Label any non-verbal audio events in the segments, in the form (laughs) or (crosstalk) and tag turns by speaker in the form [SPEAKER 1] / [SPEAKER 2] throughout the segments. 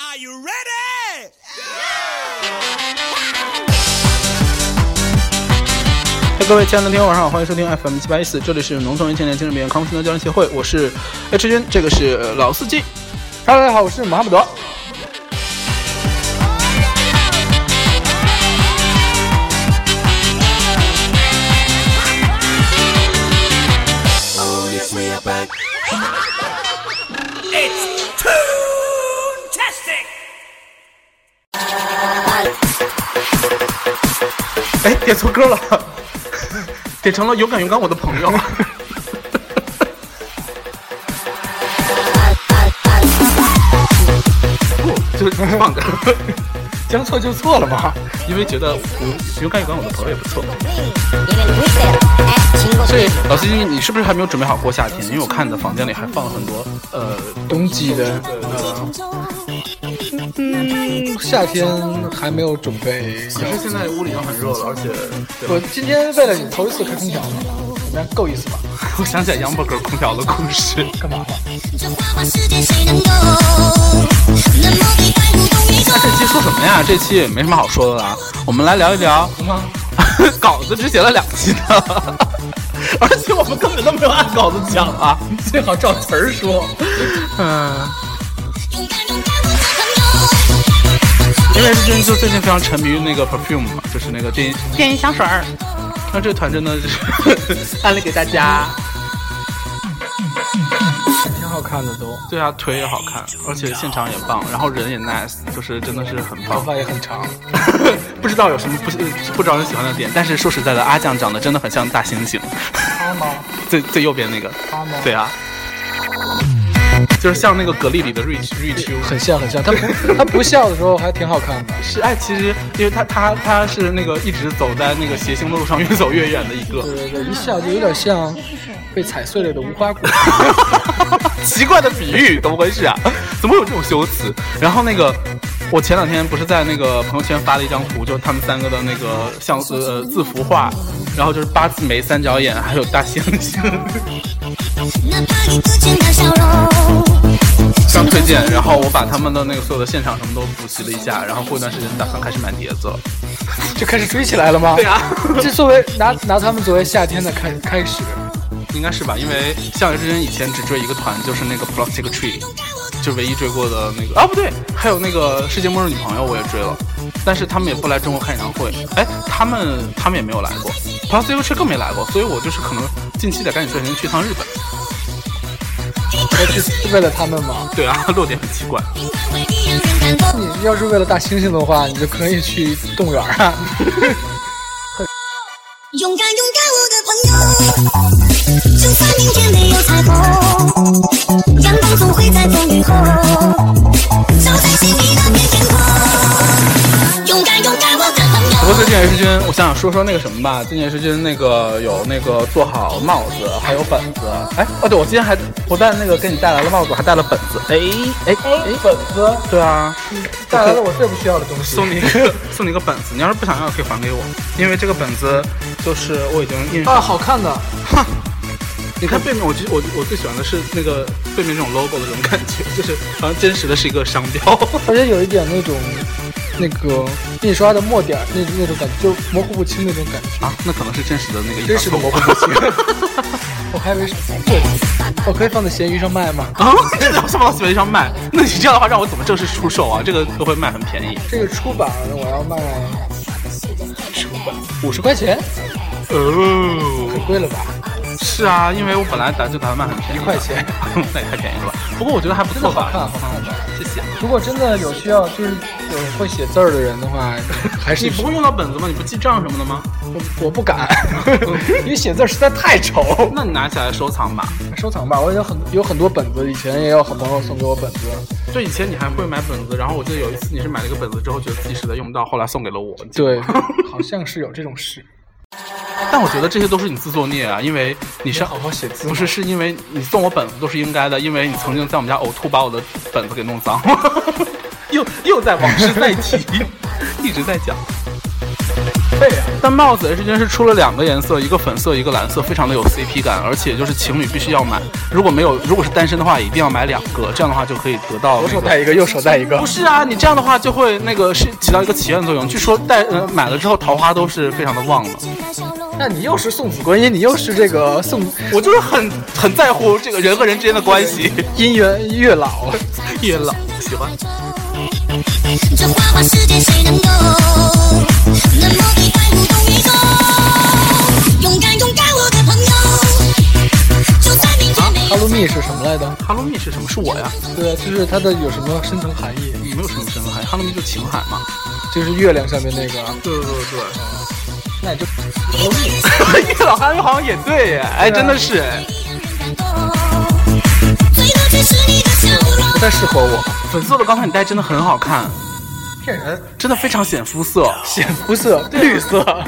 [SPEAKER 1] Are you ready?
[SPEAKER 2] 各位亲爱的听友，晚上好，欢迎收听 FM 七八一四，这里是农村人青年精神病人康复心得交流协会，我是 H 君，这个是呃老司机。哈喽，大家好，我是马哈姆德。
[SPEAKER 1] Oh, yes, we are back. it's Toontastic!
[SPEAKER 2] 哎，点错歌了， (laughs) 点成了勇敢勇敢我的朋友。 (laughs) 不，就是放着，将错就错了嘛，因为觉得我勇敢勇敢我的朋友也不错。所以老司机，你是不是还没有准备好过夏天？因为我看你的房间里还放了很多呃
[SPEAKER 3] 冬季的，嗯，夏天还没有准备。
[SPEAKER 2] 可是现在屋里已经很热了，而且 (laughs)
[SPEAKER 3] 我今天为了你头一次开空调，怎么样？够意思吧？
[SPEAKER 2] 我想起来杨伯格空调的故事。
[SPEAKER 3] 干嘛？
[SPEAKER 4] 这花花世界谁能够那么的爱无动于衷
[SPEAKER 2] 那？这期说什么呀？这期也没什么好说的啦。我们来聊一聊， (laughs) 稿子只写了两期呢， (laughs) 而且我们根本都没有按稿子讲啊。
[SPEAKER 3] 最好照词儿说。
[SPEAKER 2] 嗯，
[SPEAKER 4] 勇敢勇敢，我做朋友。
[SPEAKER 2] 因为是真就最近非常沉迷于那个 perfume 嘛，就是那个电电音香水儿。那这团真的就是 (laughs) 安利给大家。
[SPEAKER 3] 挺好看的都，
[SPEAKER 2] 对啊，腿也好看，而且现场也棒，然后人也 nice，就是真的是很
[SPEAKER 3] 头
[SPEAKER 2] 棒。
[SPEAKER 3] 发也很长。
[SPEAKER 2] (laughs) 不知道有什么不不招人喜欢的点，但是说实在的，阿酱长得真的很像大猩猩，
[SPEAKER 3] 他吗？
[SPEAKER 2] 最最右边那个，
[SPEAKER 3] 他吗？
[SPEAKER 2] 对，啊，就是像那个格力里的瑞瑞秋。
[SPEAKER 3] 很像 (laughs) 很像。他不，他不笑的时候还挺好 (laughs) 看的。
[SPEAKER 2] 是哎，其实因为他他他是那个一直走在那个谐星的路上， (laughs) 越走越远的一个
[SPEAKER 3] 对对对，一笑就有点像被踩碎了的无花果。
[SPEAKER 2] (laughs) 奇怪的比喻，怎么回事啊？ (laughs) 怎么会有这种修辞？然后那个。我前两天不是在那个朋友圈发了一张图，就是他们三个的那个像素呃字符画，然后就是八字眉、三角眼，还有大猩猩。
[SPEAKER 4] 哪怕你不见到笑容，
[SPEAKER 2] 刚推荐，然后我把他们的那个所有的现场什么都补齐了一下，然后过一段时间打算开始买碟子了。
[SPEAKER 3] (laughs) 就开始追起来了吗？ (laughs)
[SPEAKER 2] 对啊，
[SPEAKER 3] 这作为拿拿他们作为夏天的开开始，
[SPEAKER 2] 应该是吧，因为像之前以前只追一个团，就是那个 Plastic Tree，就唯一追过的那个啊，不对，还有那个世界末日女朋友我也追了，但是他们也不来中国开演唱会，哎，他们他们也没有来过，Plastic Tree 更没来过，所以我就是可能近期得赶紧抓紧去一趟日本。
[SPEAKER 3] 是为了他们吗？
[SPEAKER 2] 对啊， (laughs) 落点很奇怪，
[SPEAKER 4] 平凡为你让人感动。
[SPEAKER 3] 你要是为了大猩猩的话，你就可以去动物园啊。
[SPEAKER 4] 勇敢勇敢，我的朋友，就算明天没有彩虹，阳光总会在风雨后照在心底的片天空。勇敢勇敢，我的朋友
[SPEAKER 2] 不。过最近 H 君，我想想说说那个什么吧。最近 H 君那个有那个做好帽子，还有本子。哎，哦对，我今天还不但那个给你带来了帽子，还带了本子。哎哎哎，
[SPEAKER 3] 本子
[SPEAKER 2] 对啊，
[SPEAKER 3] 带来了我最不需要的东西。
[SPEAKER 2] 送你一个送你一个本子，你要是不想要可以还给我，因为这个本子就是我已经印上。
[SPEAKER 3] (laughs) 啊，好看的，
[SPEAKER 2] 你看背面，我就我我最喜欢的是那个背面这种 logo 的这种感觉， (laughs) 就是好像真实的是一个商标。
[SPEAKER 3] 而且有一点那种那个印刷的墨点儿那那种感觉，就模糊不清那种感
[SPEAKER 2] (laughs)
[SPEAKER 3] 觉。
[SPEAKER 2] 啊，那可能是真实的那个印刷
[SPEAKER 3] 真实
[SPEAKER 2] 错
[SPEAKER 3] 的
[SPEAKER 2] 误
[SPEAKER 3] 模糊不清。
[SPEAKER 2] (laughs)
[SPEAKER 3] 我还以为是对，我可以放在闲鱼上卖吗？
[SPEAKER 2] 啊，这个什么往随上卖？那你这样的话，让我怎么正式出售啊？这个都会卖很便宜。
[SPEAKER 3] 这个出版我要卖五十块钱，
[SPEAKER 2] 哦，
[SPEAKER 3] 贵了吧？
[SPEAKER 2] 是啊，因为我本来打就打算卖很便宜，
[SPEAKER 3] 一块钱，
[SPEAKER 2] (laughs) 那也太便宜了吧。不过我觉得还不
[SPEAKER 3] 真
[SPEAKER 2] 错
[SPEAKER 3] 的好
[SPEAKER 2] 吧，
[SPEAKER 3] 看，好看的。
[SPEAKER 2] 谢谢。
[SPEAKER 3] 如果真的有需要，就是有会写字儿的人的话， (laughs) 还是
[SPEAKER 2] 你不会用到本子吗？你不记账什么的吗？
[SPEAKER 3] 我我不敢， (laughs) 因为写字儿实在太丑。
[SPEAKER 2] 那你拿起来收藏吧。
[SPEAKER 3] 收藏吧，我有很有很多本子，以前也有好朋友送给我本子，
[SPEAKER 2] 就以前你还会买本子，然后我记得有一次你是买了一个本子之后，觉得自己实在用不到，后来送给了我。
[SPEAKER 3] 对，好像是有这种事。
[SPEAKER 2] (laughs) 但我觉得这些都是你自作孽啊，因为你是
[SPEAKER 3] 好写
[SPEAKER 2] (laughs)
[SPEAKER 3] 字
[SPEAKER 2] 不是是因为你送我本子都是应该的，因为你曾经在我们家呕吐，把我的本子给弄脏。 (laughs) 又又在往事再提，一直在讲。
[SPEAKER 3] 配啊，
[SPEAKER 2] 但帽子 H 君是出了两个颜色，一个粉色，一个蓝色，非常的有 CP 感，而且就是情侣必须要买，如果没有，如果是单身的话，一定要买两个，这样的话就可以得到、
[SPEAKER 3] 左
[SPEAKER 2] 那
[SPEAKER 3] 手
[SPEAKER 2] 个。
[SPEAKER 3] 戴一个，右手戴一个
[SPEAKER 2] 不。是啊，你这样的话就会那个是起到一个祈愿作用。据说戴呃买了之后桃花都是非常的旺的。
[SPEAKER 3] 那你又是送子观音，你又是这个送
[SPEAKER 2] 我就是很很在乎这个人和人之间的关系。
[SPEAKER 3] 姻缘月老，
[SPEAKER 2] (laughs) 月老喜欢，
[SPEAKER 4] 这花花世界谁能够那么地爱无动于衷？勇敢勇敢，我的朋友，就算明天没
[SPEAKER 3] 哈
[SPEAKER 4] 有
[SPEAKER 3] 罗蜜是什么来的？
[SPEAKER 2] 哈罗蜜是什么？是我呀，
[SPEAKER 3] 对啊，就是它的有什么深层含义？
[SPEAKER 2] 你没有什么身份，哈罗蜜就情海嘛。
[SPEAKER 3] 就是月亮上面那个啊，
[SPEAKER 2] 对对对
[SPEAKER 3] 那你就
[SPEAKER 2] 对， (laughs) 月老哈罗蜜好像也对耶，哎，真的是哎，
[SPEAKER 4] 感动，最多只是你的笑容
[SPEAKER 3] 不。太适合我。
[SPEAKER 2] 粉色的刚才你戴真的很好看，
[SPEAKER 3] 骗人，
[SPEAKER 2] 真的非常 (laughs) 显肤色，
[SPEAKER 3] 显肤色，绿色。
[SPEAKER 2] (laughs)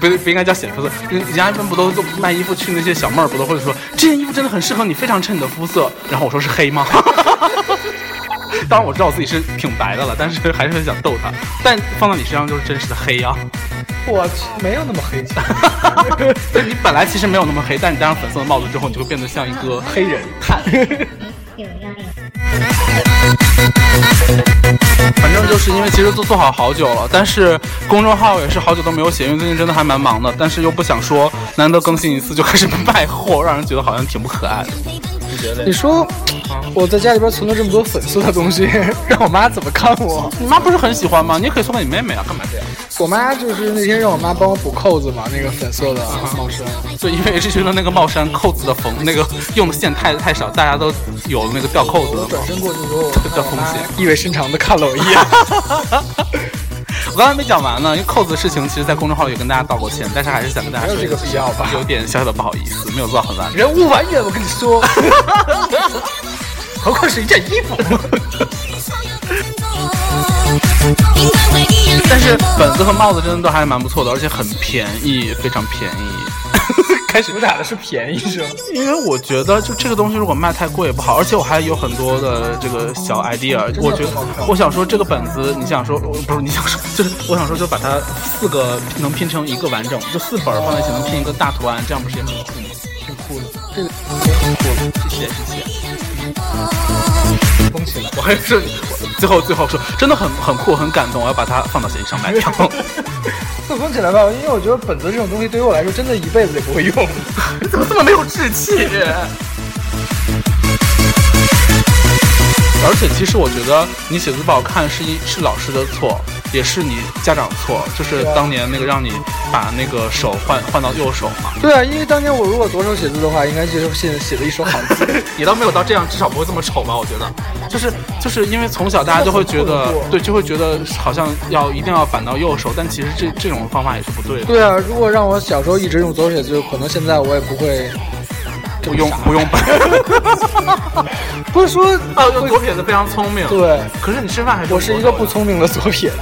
[SPEAKER 2] 不不应该叫显肤色，人人家一般不都卖衣服去那些小妹儿不都会说这件衣服真的很适合你，非常衬你的肤色。然后我说是黑吗？ (laughs) 当然我知道我自己是挺白的了，但是还是很想逗她。但放到你身上就是真实的黑啊呀、
[SPEAKER 3] 我去，没有那么黑 (laughs) 气，
[SPEAKER 2] 所以 (laughs) 你本来其实没有那么黑，但你戴上粉色的帽子之后，你就会变得像一个黑人看。反正就是因为其实都做好好久了，但是公众号也是好久都没有写，因为最近真的还蛮忙的，但是又不想说难得更新一次就开始卖货，让人觉得好像挺不可爱的。
[SPEAKER 3] 你说我在家里边存了这么多粉色的东西， (laughs) 让我妈怎么看我？
[SPEAKER 2] 你妈不是很喜欢吗？你也可以送给你妹妹啊，干嘛这样？
[SPEAKER 3] 我妈就是那天让我妈帮我补扣子嘛，那个粉色的帽衫。
[SPEAKER 2] 所以因为 H 君的那个帽衫扣子的缝那个用的线太太少，大家都有那个掉扣子的嘛
[SPEAKER 3] 转身过去之后，我
[SPEAKER 2] 这
[SPEAKER 3] 看
[SPEAKER 2] 风
[SPEAKER 3] 我妈
[SPEAKER 2] 险
[SPEAKER 3] 意味深长的看了我一 (laughs) 眼。
[SPEAKER 2] 我刚才没讲完呢，因为扣子的事情，其实在公众号也跟大家道过歉，但是还是想跟大家
[SPEAKER 3] 没
[SPEAKER 2] 说
[SPEAKER 3] 有这个啊必要吧
[SPEAKER 2] 有点小小的不好意思，没有做到很完美。
[SPEAKER 3] 人无完人，我跟你说， (laughs) 何况是一件衣服。 (laughs)
[SPEAKER 4] 应该会一样
[SPEAKER 2] 但是
[SPEAKER 4] 感动
[SPEAKER 2] 本子和帽子真的都还蛮不错的，而且很便宜，非常便宜。开始
[SPEAKER 3] 主，打的是便宜是吧？
[SPEAKER 2] 因为我觉得就这个东西如果卖太贵也不好，而且我还有很多的这个小 idea。我觉得我想说这个本子，你想说不是你想说，就是我想说就把它四个能拼成一个完整，就四本儿放在一起能拼一个大图案，这样不是也很酷吗？
[SPEAKER 3] 挺酷的，这个
[SPEAKER 2] 谢谢谢谢。
[SPEAKER 3] 封起来。
[SPEAKER 2] 我还是最后最后说，真的很很酷，很感动，我要把它放到闲鱼上卖掉。
[SPEAKER 3] 就封起来吧，因为我觉得本子这种东西对于我来说，真的一辈子也不会 (laughs) 用。
[SPEAKER 2] 你怎么这么没有志气？而且其实我觉得你写字不好看是一是老师的错，也是你家长错，就是
[SPEAKER 3] 对啊
[SPEAKER 2] 当年那个让你把那个手换换到右手嘛。 (laughs)
[SPEAKER 3] 对啊，因为当年我如果左手写字的话，应该就是现写了一手好字。
[SPEAKER 2] 你倒没有到这样，至少不会这么丑吧？我觉得，就是就是因为从小大家都会觉得
[SPEAKER 3] 真的很困惑，
[SPEAKER 2] 对，就会觉得好像要一定要反到右手，但其实这这种方法也是不对的。
[SPEAKER 3] 对啊，如果让我小时候一直用左手写字，可能现在我也不会。
[SPEAKER 2] 不用不用本，
[SPEAKER 3] 不是说
[SPEAKER 2] 哦， (laughs) 用左撇子非常聪明。，
[SPEAKER 3] 对，
[SPEAKER 2] 可是你吃饭还是
[SPEAKER 3] 我是一个
[SPEAKER 2] 错。
[SPEAKER 3] 不聪明的左撇子。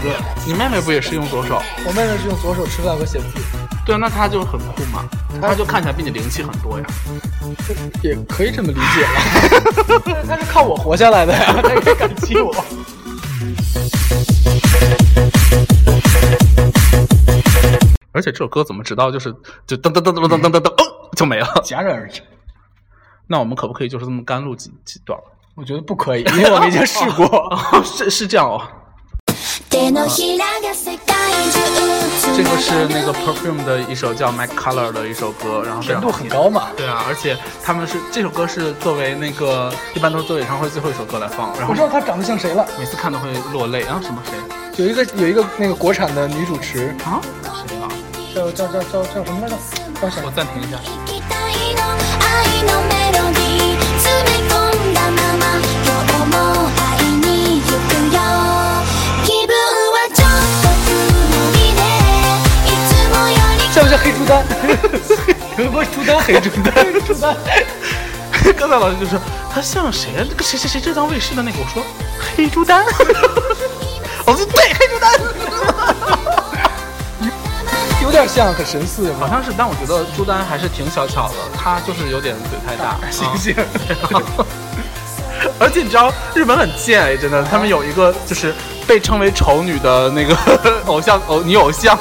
[SPEAKER 2] 你妹妹不也是用左手？
[SPEAKER 3] 我妹妹是用左手吃饭和写字，
[SPEAKER 2] 对，那她就很酷嘛，她就看起来比你灵气很多呀。
[SPEAKER 3] 也可以这么理解了。但 (laughs) 是她是靠 (laughs) 我活下来的呀，她应该感激我。
[SPEAKER 2] 而且这首歌怎么直到就是就噔噔噔噔噔噔噔噔哦就没了？
[SPEAKER 3] 戛然而止。
[SPEAKER 2] 那我们可不可以就是这么甘露几几段？
[SPEAKER 3] 我觉得不可以，因为我们已经试 (laughs) 过。
[SPEAKER 2] (laughs) 哦，是是这样哦。这个是那个 Perfume 的一首叫《My Color》的一首歌，然后非
[SPEAKER 3] 难
[SPEAKER 2] 常
[SPEAKER 3] 度很高嘛。
[SPEAKER 2] 对啊，而且他们是这首歌是作为那个一般都是做演唱会最后一首歌来放，然
[SPEAKER 3] 我
[SPEAKER 2] 后
[SPEAKER 3] 知道她长得像谁了，
[SPEAKER 2] 每次看都会落泪啊什么谁
[SPEAKER 3] 有一个有一个那个国产的女主持，
[SPEAKER 2] 啊谁啊？
[SPEAKER 3] 叫叫叫叫叫什么来着？叫什
[SPEAKER 2] 我
[SPEAKER 3] 么？
[SPEAKER 2] 暂停一下。 (laughs)
[SPEAKER 3] 像不像黑猪丹？有没有猪丹？黑猪丹？ (laughs) 黑猪丹？
[SPEAKER 2] 刚才老师就说他像谁啊？那个谁谁谁正当卫视的那个，我说黑猪丹， (laughs) 老师对黑猪丹，
[SPEAKER 3] (laughs) 有点像，很神似
[SPEAKER 2] 好
[SPEAKER 3] (laughs) 嘛。
[SPEAKER 2] 像是，但我觉得猪丹还是挺小巧的，他就是有点嘴太 (laughs) 大，
[SPEAKER 3] 猩
[SPEAKER 2] 啊。
[SPEAKER 3] 猩。
[SPEAKER 2] 而且你知道日本很贱哎，真的，他们有一个就是被称为丑女的那个偶像偶女偶像，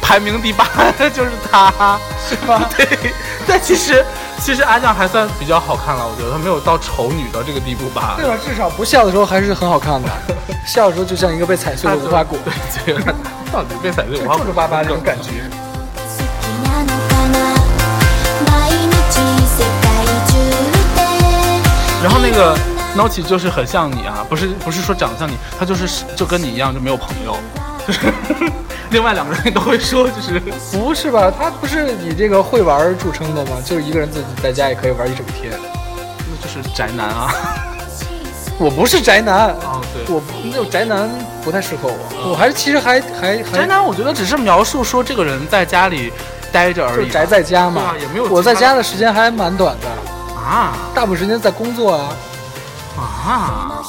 [SPEAKER 2] 排名第八就是她，是
[SPEAKER 3] 吗
[SPEAKER 2] (laughs) 对，但其实其实阿酱还算比较好看了，我觉得她没有到丑女的这个地步吧
[SPEAKER 3] 对。吧？至少不笑的时候还是很好看的，笑的时候就像一个被踩碎的无花 (laughs) 果。
[SPEAKER 2] 对，这个 (laughs) 到底被踩碎五花
[SPEAKER 3] 皱皱巴巴那种感
[SPEAKER 2] 觉。
[SPEAKER 4] 好きなのかな毎日世界中で
[SPEAKER 2] 然后那个 Nochi 就是很像你啊，不是不是说长得像你，他就是就跟你一样就没有朋友， (laughs) 就是另外两个人都会说就是
[SPEAKER 3] 不是吧？他不是以这个会玩儿著称的吗？就是一个人自己在家也可以玩一整天。
[SPEAKER 2] 就是宅男啊。
[SPEAKER 3] 我不是宅男，
[SPEAKER 2] 哦对，
[SPEAKER 3] 我那种宅男不太适合我。我还是其实还还还
[SPEAKER 2] 宅男我觉得只是描述说这个人在家里待着而
[SPEAKER 3] 就
[SPEAKER 2] 已
[SPEAKER 3] 是
[SPEAKER 2] 吧，
[SPEAKER 3] 宅在家嘛
[SPEAKER 2] 对啊，也没有
[SPEAKER 3] 我在
[SPEAKER 2] 其他
[SPEAKER 3] 家的时间还蛮短的，
[SPEAKER 2] 啊
[SPEAKER 3] 大部分时间在工作啊，
[SPEAKER 2] 啊！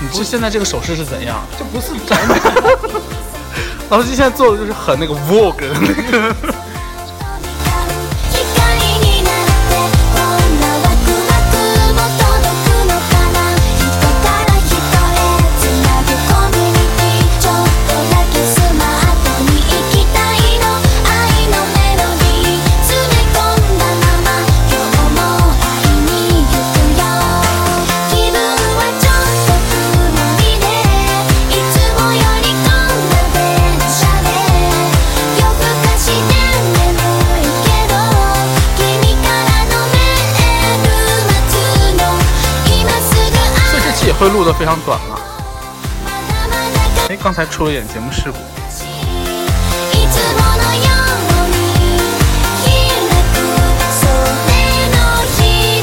[SPEAKER 2] 你这现在这个手势是怎样？
[SPEAKER 3] 这不是宅男。
[SPEAKER 2] (laughs) 老师现在做的就是很那个 Vogue 的那
[SPEAKER 3] (laughs)
[SPEAKER 2] 个。
[SPEAKER 4] 光になってこんなワクワクも届くのかな人から人へつなぐコミュニティちょっとだけスマートに行きたいの愛のメロディー詰め込んだまま今日も会いに行くよ気分はちょっと曇りでいつもよりこんな電車で夜更かして眠いけど君からのメール待つの今すぐ
[SPEAKER 2] 所以这期也会录的非常短嘛。
[SPEAKER 4] まだまだ
[SPEAKER 2] 哎，刚才出了一点节目事故。
[SPEAKER 4] 「いつものように開く」「それの 日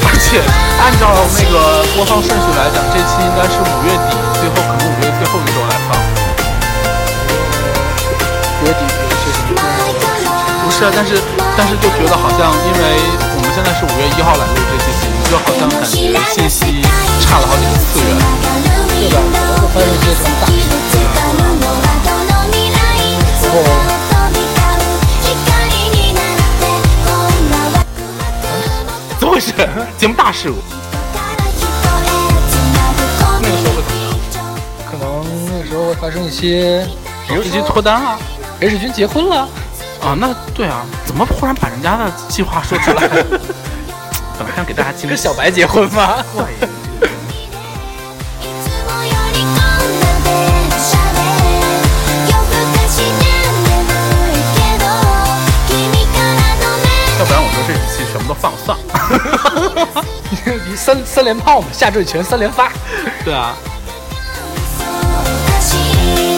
[SPEAKER 2] (laughs) 而
[SPEAKER 4] だ
[SPEAKER 2] 且按照那个播放顺序来讲，这期应该是五月底，最后可能五月最后一周来放。
[SPEAKER 3] 月底确实
[SPEAKER 4] 前から」
[SPEAKER 2] 不是啊，但是但是就觉得好像，因为我们现在是五月一号来录这期节目，就好像感觉信息差了好几个次元。
[SPEAKER 4] 对吧？我发现这种大事情
[SPEAKER 3] 然后
[SPEAKER 2] 怎么回
[SPEAKER 3] (laughs)
[SPEAKER 2] 事？节目大事故。那个时候会怎么样？
[SPEAKER 3] 可能那时候会发生一些，比如
[SPEAKER 2] 一集
[SPEAKER 3] 说
[SPEAKER 2] 脱单啊？
[SPEAKER 3] H 君结婚了， (laughs)
[SPEAKER 2] 啊，那对啊，怎么忽然把人家的计划说
[SPEAKER 3] (laughs)
[SPEAKER 2] 出来？本来想给大家惊
[SPEAKER 3] 跟
[SPEAKER 2] 喜
[SPEAKER 3] 小。白结婚吗？
[SPEAKER 2] 怪耶
[SPEAKER 4] 「いつもよりこんな電車で」「夜更かして眠いけど」「君からのメ
[SPEAKER 2] 要不然我说这一期全部都放算。
[SPEAKER 3] 你三三连炮嘛，下坠拳三连发。
[SPEAKER 2] 对啊，
[SPEAKER 4] ールだし」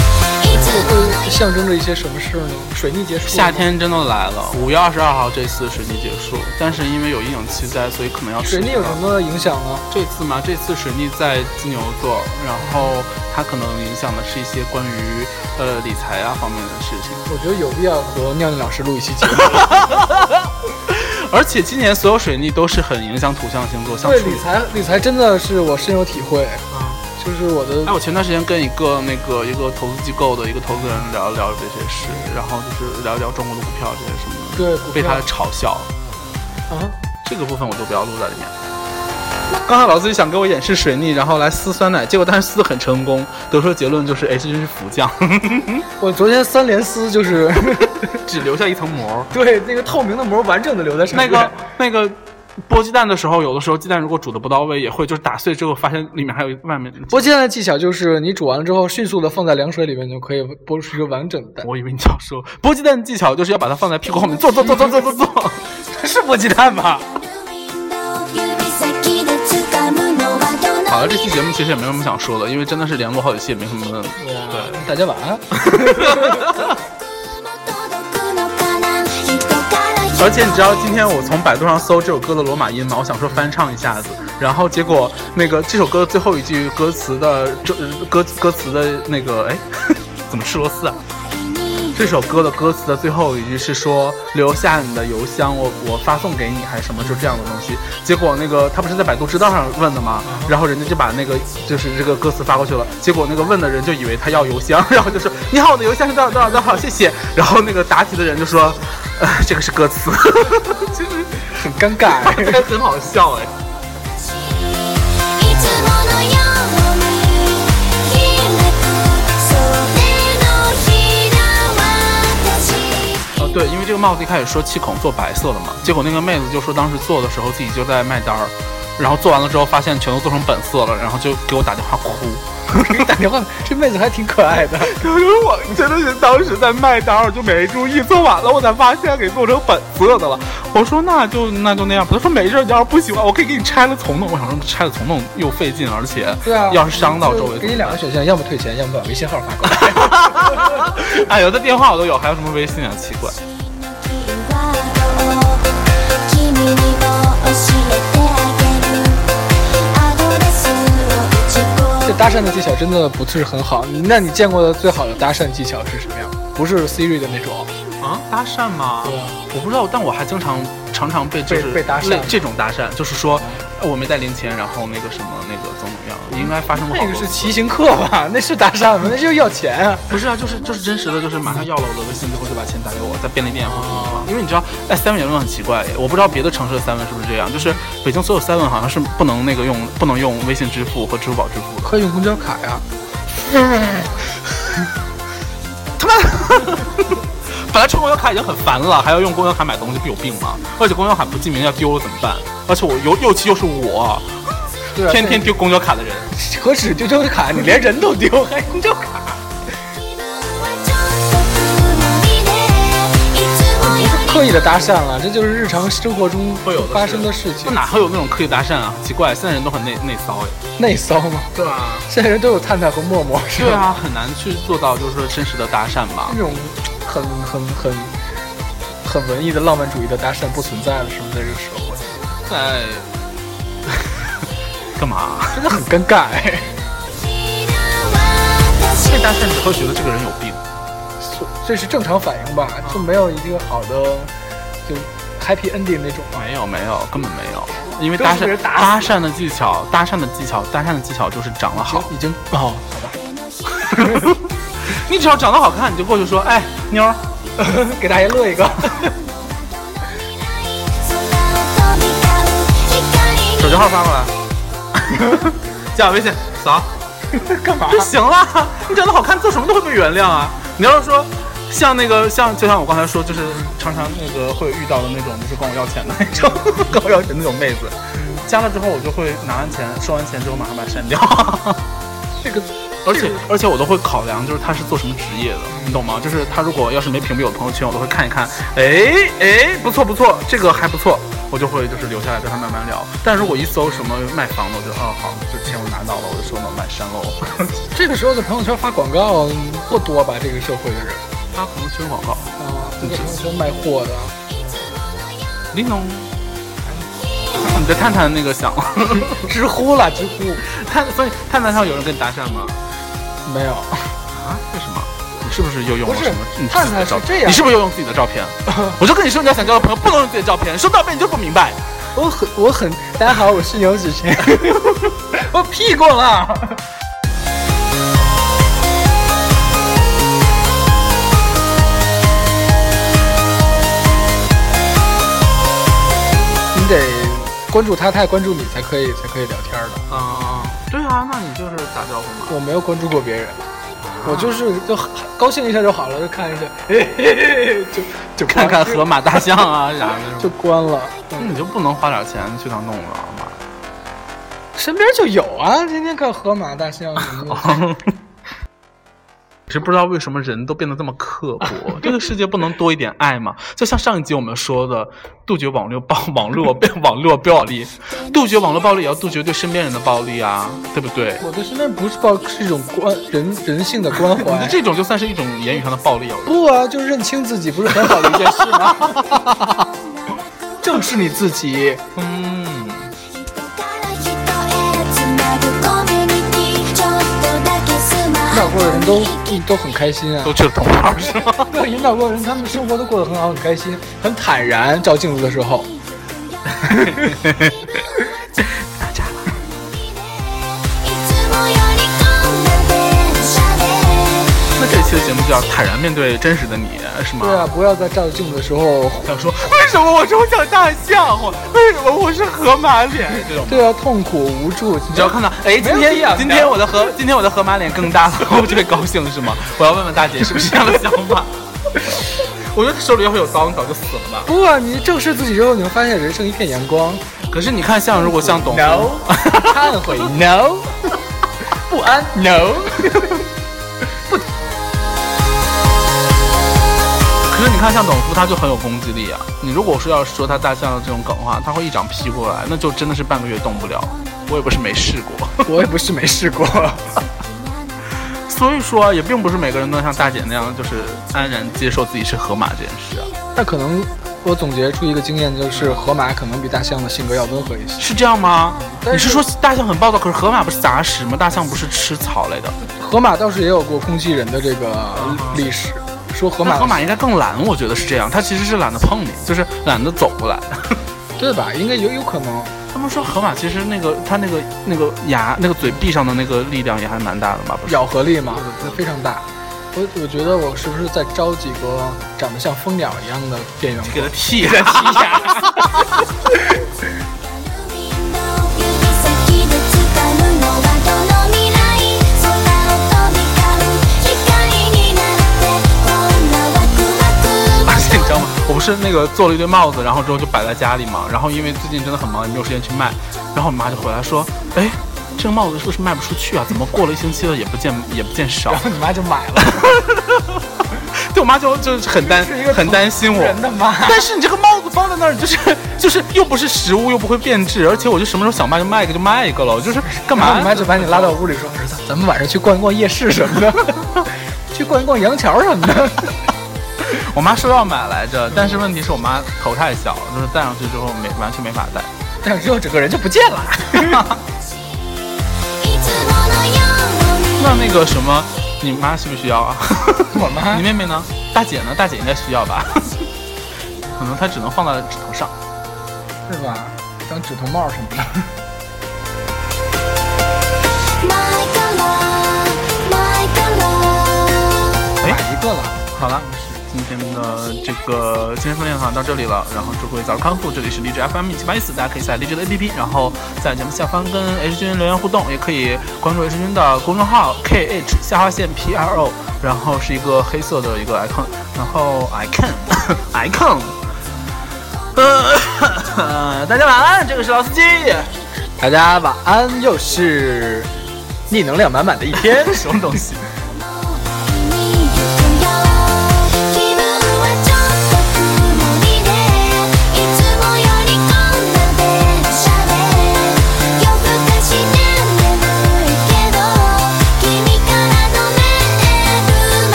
[SPEAKER 4] 「いつもの
[SPEAKER 3] 呃象征着一些什么事呢？水逆结束，
[SPEAKER 2] 夏天真的来了，五月二十二号这次水逆结束，但是因为有阴影期在，所以可能要
[SPEAKER 3] 水逆有什么影响啊呢？
[SPEAKER 2] 这次嘛，这次水逆在金牛座，然后它可能影响的是一些关于呃理财啊方面的事情。
[SPEAKER 3] 我觉得有必要和尿尿老师录一期 (laughs) 节目，
[SPEAKER 2] 而且今年所有水逆都是很影响土象星座，像
[SPEAKER 3] 对
[SPEAKER 2] 处
[SPEAKER 3] 理
[SPEAKER 2] 女。
[SPEAKER 3] 财理财真的是我深有体会，就是啊我的
[SPEAKER 2] 哎，我前段时间跟一个那个一个投资机构的一个投资人聊一聊这些事，然后就是聊一聊中国的股票这些什么的，
[SPEAKER 3] 对股票
[SPEAKER 2] 被他嘲笑。
[SPEAKER 3] 啊，
[SPEAKER 2] 这个部分我就不要录在里面。刚才老自己想给我演示水逆，然后来撕酸奶，结果但是撕得很成功，得出的结论就是 (laughs) H 君是福将，
[SPEAKER 3] 我昨天三连撕就是 (laughs)
[SPEAKER 2] 只留下一层膜。
[SPEAKER 3] 对那个透明的膜完整的留在上
[SPEAKER 2] (laughs) 那
[SPEAKER 3] 面，
[SPEAKER 2] 个那个剥鸡蛋的时候，有的时候鸡蛋如果煮的不到位，也会就是打碎之后发现里面还有一外面。
[SPEAKER 3] 剥鸡蛋的技巧就是你煮完了之后迅速的放在凉水里面就可以剥出一个完整的蛋，
[SPEAKER 2] 我以为你要说 (laughs) 剥鸡蛋的技巧就是要把它放在屁股后面坐坐坐坐坐坐坐， (laughs) 是剥鸡蛋吧？
[SPEAKER 4] 指先で掴むのはどの
[SPEAKER 2] 好了，这期节目其实也没什么想说的，因为真的是连录好几期也没什么。对，
[SPEAKER 3] 啊大家晚安。
[SPEAKER 4] 届くのかな人から人
[SPEAKER 2] 而且你知道今天我从百度上搜这首歌的罗马音吗？我想说翻唱一下子，然后结果那个这首歌最后一句歌词的这歌歌词的那个哎， (laughs) 怎么吃螺丝啊？这首歌的歌词的最后一句是说留下你的邮箱，我我发送给你还是什么，就这样的东西。结果那个他不是在百度知道上问的吗？然后人家就把那个就是这个歌词发过去了。结果那个问的人就以为他要邮箱，然后就说你好，我的邮箱是多少多少多少，谢谢。 (laughs) 然后那个答题的人就说，呃，这个是歌词， (laughs) 其实
[SPEAKER 3] 很尴尬、
[SPEAKER 2] (laughs) 还很好笑哎。
[SPEAKER 4] いつものように開く
[SPEAKER 2] 哦帽子一开始说气孔做白色的嘛，结果那个妹子就说当时做的时候自己就在卖单儿，然后做完了之后发现全都做成本色了，然后就给我打电话哭。
[SPEAKER 3] 打电话，这妹子还挺可爱的。
[SPEAKER 2] 可是 (laughs) 我真的是当时在卖单儿，我就没注意，做完了我才发现给做成本色的了。我说那就那就那样吧。他说没事儿，你要是不喜欢，我可以给你拆了重弄。我想说拆了重弄又费劲，而且
[SPEAKER 3] 对啊，
[SPEAKER 2] 要是伤到周围怎
[SPEAKER 3] 就给你
[SPEAKER 2] 么
[SPEAKER 3] 两
[SPEAKER 2] 办
[SPEAKER 3] 个选项，要么退钱，要么把微信号发过来。
[SPEAKER 2] (laughs) 哎呦，他电话我都有，还有什么微信啊？奇怪。
[SPEAKER 4] 「君にも教えてあげる」「アドレスを打ち込
[SPEAKER 3] 这搭讪的技巧真的不是很好。那你见过的最好的搭讪技巧是什么样？不是 Siri 的那种，
[SPEAKER 2] 啊，搭讪吗？
[SPEAKER 3] 对啊
[SPEAKER 2] 我不知道，但我还经常常常被就是
[SPEAKER 3] 被被搭讪
[SPEAKER 2] 类这种搭讪，就是说呃我没带零钱，然后那个什么那个怎么怎么样，应该发生过好
[SPEAKER 3] 那
[SPEAKER 2] 多
[SPEAKER 3] 个
[SPEAKER 2] 次。
[SPEAKER 3] 是骑行课吧？那是搭讪吗？那就是要钱啊！
[SPEAKER 2] 不是啊，就是就是真实的，就是马上要了我的微信之后就把钱打给我，在便利店或者什么地方。因为你知道，哎，seven 也很奇怪，我不知道别的城市的 seven 是不是这样，就是北京所有 seven 好像是不能那个用不能用微信支付和支付宝支付的。
[SPEAKER 3] 可以用公交卡呀。
[SPEAKER 2] 本来充公交卡已经很烦了，还要用公交卡买东西，不有病吗？而且公交卡不记名要丢了怎么办？而且我尤尤其又是我，
[SPEAKER 3] 对啊，
[SPEAKER 2] 天天丢公交卡的人。
[SPEAKER 3] 这何止丢丢卡，你连人都 (laughs) 丢， (laughs) 还公交卡？
[SPEAKER 4] 「ちょっと曇りでいつもより
[SPEAKER 3] 刻意的搭讪了，这就是日常生活中
[SPEAKER 2] 会有的
[SPEAKER 3] 发生的事情。
[SPEAKER 2] 哪还有那种刻意搭讪啊？奇怪，现在人都很内内骚哎。
[SPEAKER 3] 内骚吗？
[SPEAKER 2] 对啊，
[SPEAKER 3] 现在人都有探探和陌陌，是吧？
[SPEAKER 2] 对啊，很难去做到就是说真实的搭讪吧
[SPEAKER 3] 那。种很很很很文艺的浪漫主义的搭讪不存在了，是不是？在这个社会， (laughs)
[SPEAKER 2] 在干嘛？
[SPEAKER 3] 真的很尴尬哎。 (laughs)
[SPEAKER 2] 被搭讪只会觉得这个人有病。
[SPEAKER 3] 所这是正常反应吧？就没有一个好的就 happy ending 那种嘛。
[SPEAKER 2] 没有没有，根本没有。因为
[SPEAKER 3] 都
[SPEAKER 2] 搭
[SPEAKER 3] 是被
[SPEAKER 2] 讪
[SPEAKER 3] 人打死
[SPEAKER 2] 搭讪的技巧，搭讪的技巧，搭讪的技巧就是长得 (laughs) 好。
[SPEAKER 3] 已经哦，
[SPEAKER 2] 你只要长得好看，你就过去说，哎，妞儿，
[SPEAKER 3] 给大家乐一个。
[SPEAKER 4] 空を飛び交う光に
[SPEAKER 2] 手机号发过来， (laughs) 加我微信，扫。
[SPEAKER 3] (laughs) 干嘛
[SPEAKER 2] 就？ (laughs) 行了。你长得好看，做什么都会被原谅啊。你要是说像那个像，就像我刚才说，就是常常那个会遇到的那种，就是管我要钱的那种， (laughs) 管我要钱那种妹子。加了之后，我就会拿完钱，收完钱之后马上把它删掉。
[SPEAKER 3] 这个
[SPEAKER 2] 而且而且我都会考量，就是他是做什么职业的，你懂吗？就是他如果要是没屏蔽我的朋友圈，我都会看一看，哎哎，不错不错，这个还不错，我就会就是留下来跟他慢慢聊。但如果一搜什么卖房的，我就哦好，这钱我拿到了，我就说能买删喽。
[SPEAKER 3] 这个时候在朋友圈发广告不多吧？这个社会的人
[SPEAKER 2] 发朋友圈广告，
[SPEAKER 3] 啊，这个朋友圈卖货的，
[SPEAKER 2] 玲珑，你的探探那个响了，
[SPEAKER 3] 知乎啦，知乎
[SPEAKER 2] (laughs) 探所以探探上有人跟你搭讪吗？
[SPEAKER 3] 没有。
[SPEAKER 2] 啊？为什么？你是不是又用了
[SPEAKER 3] 不是
[SPEAKER 2] 什么？你自己的
[SPEAKER 3] 探探是
[SPEAKER 2] 照片
[SPEAKER 3] 这样
[SPEAKER 2] 你是不是又用自己的照
[SPEAKER 3] (laughs)
[SPEAKER 2] 片？我就跟你说，你要想交个朋友，不能用自己的照片，说到背你就不明白。
[SPEAKER 3] (laughs) 我很我很，大家好，我是牛子 (laughs) 晨，我屁过了。你得关注他，他也关注你，才可以才可以聊天的。
[SPEAKER 2] 啊，对啊，那你就是打招呼嘛。
[SPEAKER 3] 我没有关注过别人，
[SPEAKER 2] 啊
[SPEAKER 3] 我就是就高兴一下就好了，就看一下， (laughs) 就就
[SPEAKER 2] 看看河
[SPEAKER 3] 河
[SPEAKER 2] 马、大象啊啥的，
[SPEAKER 3] 就关了。嗯
[SPEAKER 2] 那你就不能花点钱去趟弄个吗？
[SPEAKER 3] 身边就有啊，天天看河马、大象什么
[SPEAKER 2] 哦
[SPEAKER 3] 的。
[SPEAKER 2] (laughs) 我是不知道为什么人都变得这么刻
[SPEAKER 3] (laughs)
[SPEAKER 2] 薄，这个世界不能多一点爱吗？就像上一集我们说的，杜绝网络暴网络暴网络暴力，杜绝网络暴力也要杜绝对身边人的暴力啊，对不对？，
[SPEAKER 3] 我对身边不是抱是一种关人人性的关怀
[SPEAKER 2] 这种就算是一种言语上的暴力啊。
[SPEAKER 3] 不啊，就是认清自己不是很好的一件事
[SPEAKER 2] (laughs)
[SPEAKER 3] 吗？正视你自己，
[SPEAKER 2] 嗯，
[SPEAKER 4] から人へつなぐコミュニティちょっとだけスマ
[SPEAKER 3] 引导
[SPEAKER 4] ー
[SPEAKER 3] 过的人
[SPEAKER 4] ト
[SPEAKER 3] 都
[SPEAKER 4] に
[SPEAKER 3] (laughs) 都很开心啊
[SPEAKER 2] 都。去了同行是
[SPEAKER 3] (laughs)
[SPEAKER 2] 吗？
[SPEAKER 3] 对，引导过的人，他们生活都过得很好，很开心，很坦然。照镜子的时候，
[SPEAKER 4] いつもよりこんな電車で
[SPEAKER 2] 那这期的节目就要坦然面对真实的你，是吗？
[SPEAKER 3] 对啊，不要在照镜子的时候，
[SPEAKER 2] 想说为什么我是我像大象，我为什么我是河马脸这种。
[SPEAKER 3] 对啊，痛苦无助。你
[SPEAKER 2] 你只要
[SPEAKER 3] (laughs)
[SPEAKER 2] 看到，哎，今
[SPEAKER 3] 没有必要
[SPEAKER 2] 天今天我的河，今天我的 (laughs)
[SPEAKER 3] (laughs)
[SPEAKER 2] 河马脸更大了，我就会高兴是吗？我要问问大姐是不是这样的想法？我觉得手里要会有刀，你早就死了吧。
[SPEAKER 3] 不啊，你正视自己之后，你会发现人生一片阳光。
[SPEAKER 2] 可是你看，像如果像董 (laughs)
[SPEAKER 3] No 啊忏悔 no，不安 no，
[SPEAKER 2] (laughs) 可是你看像董夫，他就很有攻击力啊。你如果说要说他大象的这种梗的话，他会一掌劈过来，那就真的是半个月动不了。我也不是没试过， (laughs)
[SPEAKER 3] 我也不是没试过。
[SPEAKER 2] 所以说啊也并不是每个人都能像大姐那样，就是安然接受自己是河马这件事啊。
[SPEAKER 3] 那可能我总结出一个经验，就是河马可能比大象的性格要温和一些。
[SPEAKER 2] 是这样吗？
[SPEAKER 3] 嗯但
[SPEAKER 2] 你
[SPEAKER 3] 是
[SPEAKER 2] 是说大象很暴躁，可是河马不是杂食吗？大象不是吃草类的，
[SPEAKER 3] 河马倒是也有过攻击人的这个历史，说啊河
[SPEAKER 2] 那
[SPEAKER 3] 马
[SPEAKER 2] 河马应该更懒，我觉得是这样。它其实是懒得碰你，就是懒得走过来。
[SPEAKER 3] 对吧？应该有有可能。
[SPEAKER 2] 他们说河马其实那个它那个那个牙那个嘴闭上的那个力量也还蛮大的嘛，不是？
[SPEAKER 3] 咬合力嘛，非常大。我我觉得我是不是在招几个长得像蜂鸟一样的店员？
[SPEAKER 2] 给它剔一下，剔一
[SPEAKER 3] (laughs)
[SPEAKER 2] 下。
[SPEAKER 4] 指先で掴むのはどの未来空を飛び交う光になってこんなワクワク
[SPEAKER 2] 而且你知道吗？我不是那个做了一堆帽子，然后之后就摆在家里嘛。然后因为最近真的很忙，也没有时间去卖。然后我妈就回来说：“哎，这个帽子是不是卖不出去啊？怎么过了一星期了也不见也不见少
[SPEAKER 3] 然后你妈就买了，？”
[SPEAKER 2] 对我妈就就是很担
[SPEAKER 3] 是一个
[SPEAKER 2] 很担心我。
[SPEAKER 3] 人的妈。
[SPEAKER 2] 但是你这个帽子放在那儿，就是就是又不是实物，又不会变质，而且我就什么时候想卖就卖一个就卖一个了，我就是干
[SPEAKER 3] (laughs) 然后
[SPEAKER 2] 嘛
[SPEAKER 3] 你？妈就把你拉到屋里说：“儿子，咱们晚上去逛一逛夜市什么的， (laughs) 去逛一逛杨桥什么的。
[SPEAKER 2] 我妈说要买来着，但是问题是我妈头太小，就是戴上去之后没完全没法戴。”
[SPEAKER 3] 但是之后整个人就不见了。 (laughs)
[SPEAKER 4] いつものように
[SPEAKER 2] 那那个什么，你妈需不需要啊？
[SPEAKER 3] (laughs) 我
[SPEAKER 2] (laughs)
[SPEAKER 3] 妈
[SPEAKER 2] 你妹妹呢？大姐呢？大姐应该需要吧？ (laughs) 可能她只能放在指头上。
[SPEAKER 3] 是吧？当指头帽什么的。
[SPEAKER 4] 前から前から
[SPEAKER 2] 哎
[SPEAKER 3] 买一个了，
[SPEAKER 2] 好了，今天的这个精神分裂堂到这里了，然后祝各位早日康复。这里是荔枝 FM 一七八一四，大家可以下载荔枝的 APP，然后在节目下方跟 H 君留言互动，也可以关注 H 君的公众号 KH 下划线 PRO，然后是一个黑色的一个 icon，然后 icon (coughs) icon，呃， (coughs) 大家晚安，这个是老司机，哎
[SPEAKER 3] 大家晚安，又是逆能量满满的一天。
[SPEAKER 2] 什么东西？